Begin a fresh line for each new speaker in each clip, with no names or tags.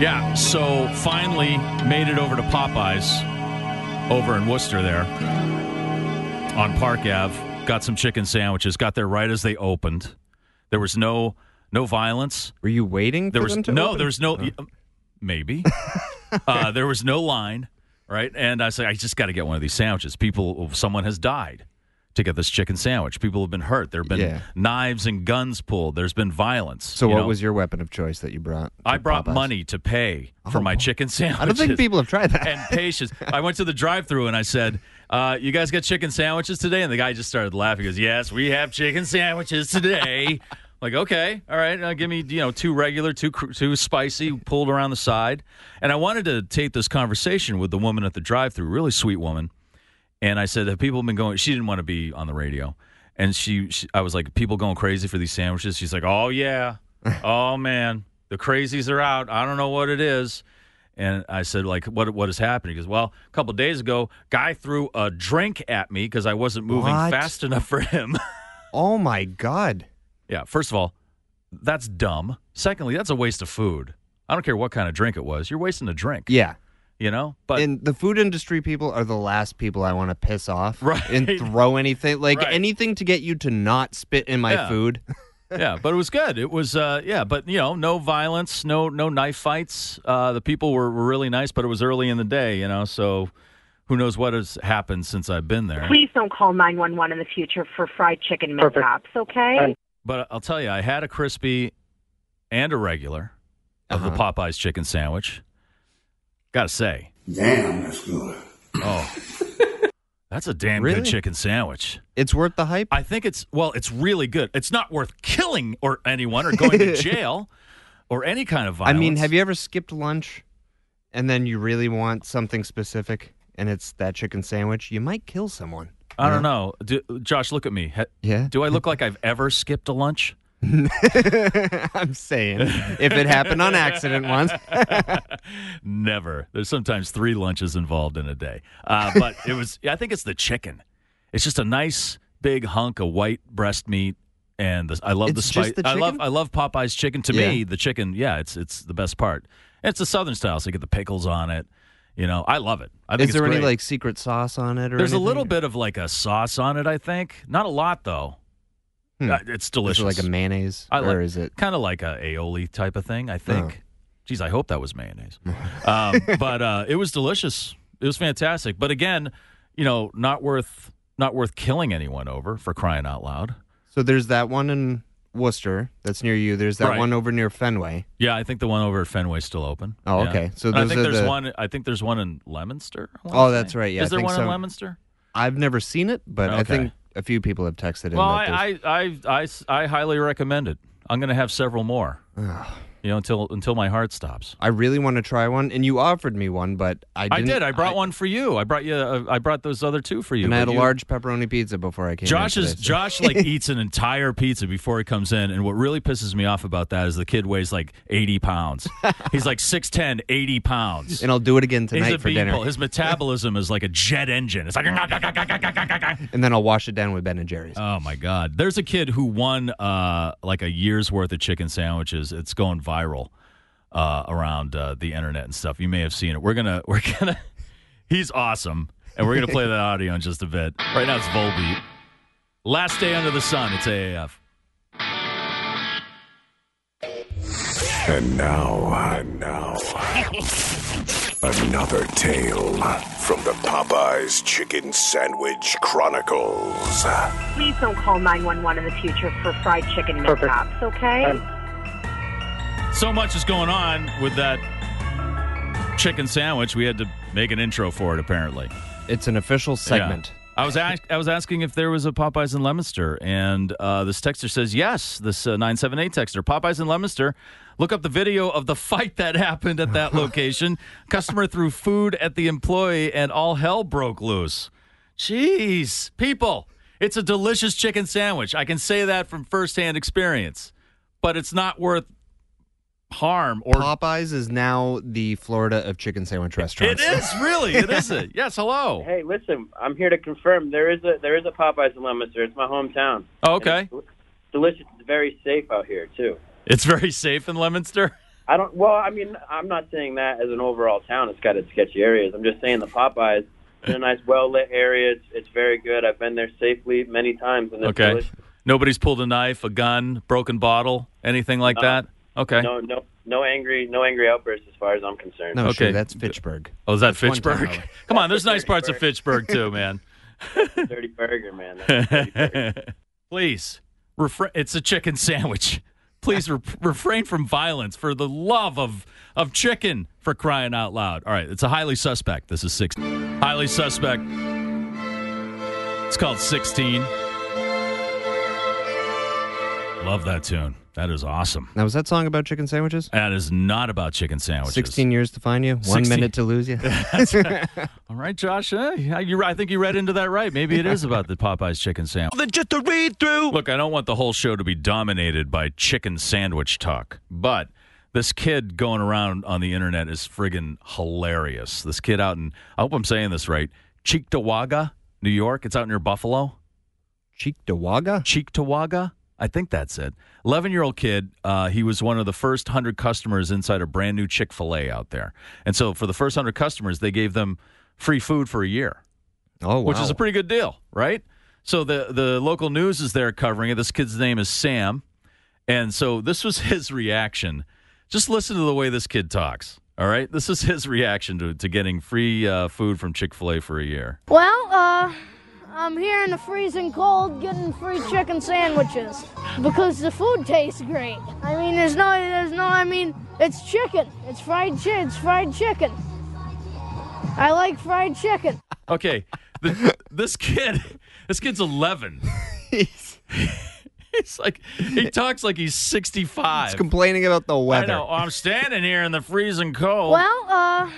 Yeah, so finally made it over to Popeyes over in Worcester there on Park Ave. Got some chicken sandwiches. Got there right as they opened. There was no no violence.
Were you waiting?
There
for
was
them to
no
open?
there was no
Oh.
y- maybe. uh, there was no line, right? And I said I just got to get one of these sandwiches. People someone has died to get this chicken sandwich. People have been hurt. There've been
Yeah.
knives and guns pulled. There's been violence.
So,
you
what
know?
was your weapon of choice that you brought? to
I brought
Popeyes?
money to pay for
Oh.
my chicken sandwich
I don't think people have tried that.
and patience. I went to the drive-through and I said, uh, "You guys got chicken sandwiches today?" And the guy just started laughing. He goes, "Yes, we have chicken sandwiches today." like, okay, all right, uh, give me you know two regular, two cr- two spicy, pulled around the side. And I wanted to take this conversation with the woman at the drive-through, really sweet woman. And I said, "Have people been going?" She didn't want to be on the radio, and she, she I was like, "People going crazy for these sandwiches?" She's like, "Oh yeah, oh man, the crazies are out. I don't know what it is." And I said, like, what what is happening? He goes, well, a couple days ago, guy threw a drink at me because I wasn't moving
What?
fast enough for him.
Oh my god!
yeah, first of all, that's dumb. Secondly, that's a waste of food. I don't care what kind of drink it was. You're wasting a drink.
Yeah,
You know? But
and the food industry people are the last people I want to piss off
Right.
and throw anything like
Right.
anything to get you to not spit in my
Yeah.
food.
yeah, but it was good. It was uh yeah, but you know, no violence, no no knife fights. Uh the people were, were really nice, but it was early in the day, you know, so who knows what has happened since I've been there.
Please don't call 911 in the future for fried chicken mishaps, okay?
But I'll tell you, I had a crispy and a regular of the
Uh-huh.
Popeyes chicken sandwich. Gotta say,
Damn, that's good.
oh, that's a damn good
Really?
chicken sandwich.
It's worth the hype.
I think it's well, it's really good. It's not worth killing or anyone or going to jail or any kind of
I
violence.
mean, have you ever skipped lunch and then you really want something specific and it's that chicken sandwich? You might kill someone.
I don't know, do, Josh. Look at me. Ha-
Yeah.
Do I look like I've ever skipped a lunch?
I'm saying if it happened on accident once.
Never. There's sometimes three lunches involved in a day. Uh, but it was, I think it's the chicken. It's just a nice big hunk of white breast meat. And the, I love the
It's
spice.
just the
I love
chicken?
I love Popeye's chicken. To me,
Yeah.
the chicken, yeah, it's it's the best part. And it's the Southern style, so you get the pickles on it. You know, I love it. I think
Is
it's
there any
great.
like secret sauce on it or
There's a
anything?
little bit of like a sauce on it. I think not a lot though.
Hmm.
Uh, It's
Is
delicious.
it like a mayonnaise?
I like-
or is it Oh.
kind of like a aioli type of thing. I think. Geez, I hope that was mayonnaise. um, but uh, it was delicious. It was fantastic. But again, you know, not worth not worth killing anyone over for crying out loud.
So there's that one in Worcester that's near you. There's that
Right.
one over near Fenway.
Yeah, I think the one over at Fenway's still open.
Oh,
Yeah.
okay. So
And I
those
think
are
there's
the-
one. I think there's one in Leominster. I wanna
Oh,
say.
that's right. Yeah,
is
I
there
think
one in
so.
Leominster?
I've never seen it, but I
Okay.
think a few people have texted in.
Well,
that there's-
I, I, I, I, I highly recommend it. I'm going to have several more. you know, until until my heart stops.
I really want to try one, and you offered me one, but I
I,
didn't.
did. I brought one for you. I brought you. Uh, I brought those other two for you.
and I
but
had a
you-
large pepperoni pizza before I came. in
Josh is
today, so-
Josh like eats an entire pizza before he comes in, and what really pisses me off about that is the kid weighs like 80 pounds. He's like 6'10", 80 pounds.
and I'll do it again
He's a
tonight for dinner,
beanpole. His metabolism is like a jet engine. It's like
and then I'll wash it down with Ben and Jerry's.
oh my god. There's a kid who won uh, like a year's worth of chicken sandwiches. It's going viral uh, around uh, the internet and stuff. You may have seen it. We're gonna we're gonna. He's awesome, and we're gonna play that audio in just a bit. Right now it's Volbeat. Last day under the sun. It's AAF.
And now, and now, another tale from the Popeyes Chicken Sandwich Chronicles.
Please don't call 911 in the future for fried chicken mishaps, okay?
So much is going on with that chicken sandwich. We had to make an intro for it, apparently.
It's an official segment.
Yeah. I was ask, I was asking if there was a Popeyes in Leominster, and uh, this texter says yes. This uh, nine seven eight texter, Popeyes in Leominster. Look up the video of the fight that happened at that location. Customer threw food at the employee, and all hell broke loose. Jeez, people, it's a delicious chicken sandwich. I can say that from firsthand experience, but it's not worth harm or
Popeyes is now the Florida of chicken
It
sandwich restaurants.
is really. It is it. Yes. Hello.
Hey, listen, I'm here to confirm there is a there is a Popeyes in Leominster. It's my hometown.
Oh, okay.
And it's delicious. It's very safe out here too.
It's very safe in Leominster.
I don't. Well, I mean, I'm not saying that as an overall town. It's got its sketchy areas. I'm just saying the Popeyes in a nice, well lit area. It's, it's very good. I've been there safely many times, and it's
Okay.
delicious.
Nobody's pulled a knife, a gun, broken bottle, anything like that. Okay.
No, no, no angry, no angry outbursts as far as I'm concerned.
No,
Okay.
sure, that's Fitchburg.
oh, is that
one time,
Fitchburg?
Howard.
Come on, there's nice parts of Fitchburg too, man.
Dirty burger, man. That's a dirty burger.
Please, refra- it's a chicken sandwich. Please re- refrain from violence for the love of of chicken for crying out loud. All right, it's a highly suspect. This is six. Highly suspect. It's called 16. Love that tune. That is awesome.
Now, was that song about chicken sandwiches?
That is not about chicken sandwiches.
16 years to find you, one
16
minute to lose you.
All right, Josh. eh, yeah, you- I think you read into that right. Maybe it is about the Popeyes chicken sandwich.
Just a read through.
Look, I don't want the whole show to be dominated by chicken sandwich talk, but this kid going around on the internet is friggin' hilarious. This kid out in, I hope I'm saying this right, Cheektowaga, New York. It's out near Buffalo.
Cheektowaga?
Cheektowaga. I think that's it. 11 year old kid. Uh, he was one of the first 100 customers inside a brand new Chick fil A out there. And so for the first 100 customers, they gave them free food for a year
Oh, wow.
which is a pretty good deal, right? So the the local news is there covering it. This kid's name is Sam, and so this was his reaction. Just listen to the way this kid talks. All right, this is his reaction to to getting free uh, food from Chick Fil A for a year.
Well, uh, I'm here in the freezing cold getting free chicken sandwiches because the food tastes great. I mean, there's no, there's no, I mean, it's chicken. It's fried chicken. It's fried chicken. I like fried chicken.
Okay, the, this kid, this kid's eleven.
He's
He's like he talks like he's sixty five.
complaining about the
I
weather.
know. I'm standing here in the freezing cold.
Well, uh,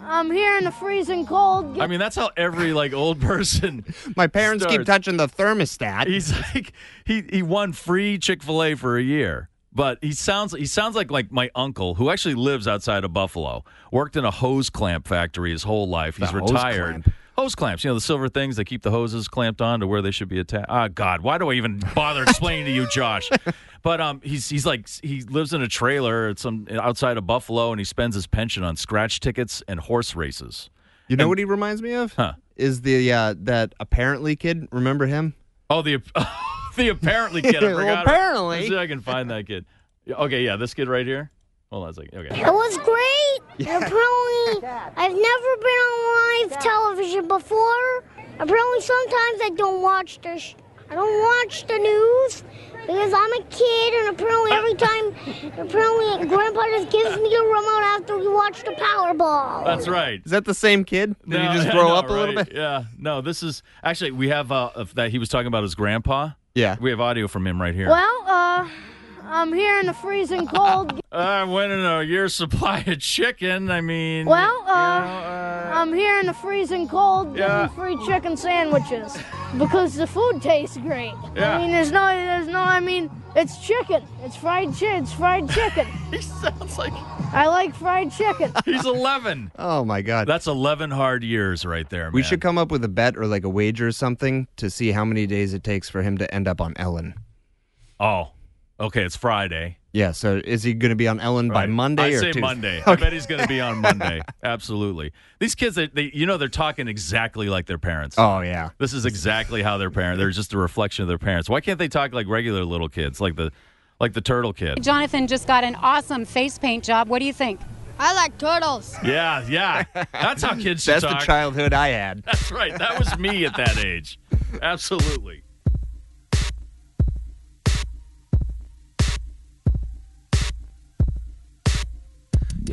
I'm here in the freezing cold.
I mean, that's how every like old person
My parents
Starts.
keep touching the thermostat.
He's like he he won free Chick Fil A for a year, but he sounds he sounds like like my uncle who actually lives outside of Buffalo. Worked in a hose clamp factory his whole life. He's
The hose
retired.
clamp.
Hose clamps, you know the silver things that keep the hoses clamped on to where they should be attached. Ah, God, why do I even bother explaining to you, Josh? But um, he's he's like he lives in a trailer at some outside of Buffalo, and he spends his pension on scratch tickets and horse races.
you know what he reminds me of?
Huh.
Is the uh, that apparently kid? Remember him?
Oh, the the apparently kid. I
Well,
forgot.
apparently.
Let's see if I can find that kid. Yeah, Okay, yeah, this kid right here. Hold on a second. Okay.
It was great. Apparently, I've never been on live television before. Apparently, sometimes I don't watch the sh- I don't watch the news because I'm a kid, and apparently every time, apparently Grandpa just gives me the remote after we watch the Powerball.
That's right.
Is that the same kid? Did
No,
he just
yeah,
grow
no,
up a little
right.
bit?
Yeah. No, this is actually we have uh of that he was talking about his grandpa.
Yeah.
We have audio from him right here.
Well, uh, I'm here in the freezing cold.
Uh, I went in a year's supply of chicken. I mean
Well, uh,
uh,
I'm here in the freezing cold getting
Yeah.
free chicken sandwiches because the food tastes great.
Yeah.
I mean, there's no, there's no, I mean, it's chicken. It's fried chicken. It's fried chicken.
he sounds like
I like fried chicken.
he's eleven.
Oh my God.
That's eleven hard years right there, man.
we should come up with a bet or like a wager or something to see how many days it takes for him to end up on Ellen.
Oh. Okay, it's Friday.
Yeah. So is he going to be on Ellen by
Right.
Monday
I
or
say
Tuesday?
Monday. I bet he's going to be on Monday. Absolutely. These kids, they, they, you know, they're talking exactly like their parents.
Oh yeah.
This is exactly how their parents. They're just a reflection of their parents. Why can't they talk like regular little kids, like the, like the turtle kid?
Jonathan just got an awesome face paint job. What do you think?
I like turtles.
Yeah, yeah. That's how kids should
That's
talk.
the childhood I had.
That's right. That was me at that age. Absolutely.